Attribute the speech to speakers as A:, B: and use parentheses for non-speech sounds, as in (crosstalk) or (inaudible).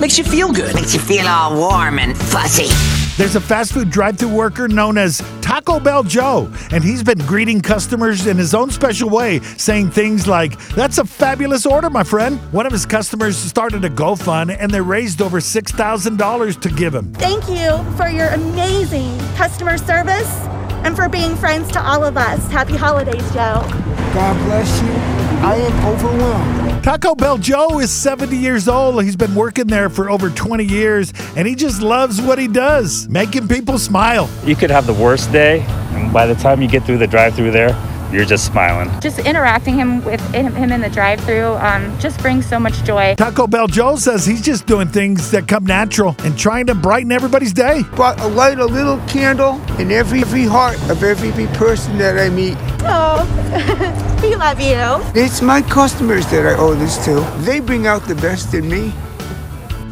A: Makes you feel good.
B: Makes you feel all warm and fuzzy.
C: There's a fast food drive through worker known as Taco Bell Joe, and he's been greeting customers in his own special way, saying things like, That's a fabulous order, my friend. One of his customers started a GoFund, and they raised over $6,000 to give him.
D: Thank you for your amazing customer service and for being friends to all of us. Happy holidays, Joe.
E: God bless you. I am overwhelmed.
C: Taco Bell Joe is 70 years old. He's been working there for over 20 years, and he just loves what he does, making people smile.
F: You could have the worst day, and by the time you get through the drive-through there, you're just smiling.
G: Just interacting him with him in the drive-through um, just brings so much joy.
C: Taco Bell Joe says he's just doing things that come natural and trying to brighten everybody's day.
E: But I light a little candle in every, every heart of every person that I meet.
D: Oh, (laughs) we love you.
E: It's my customers that I owe this to. They bring out the best in me.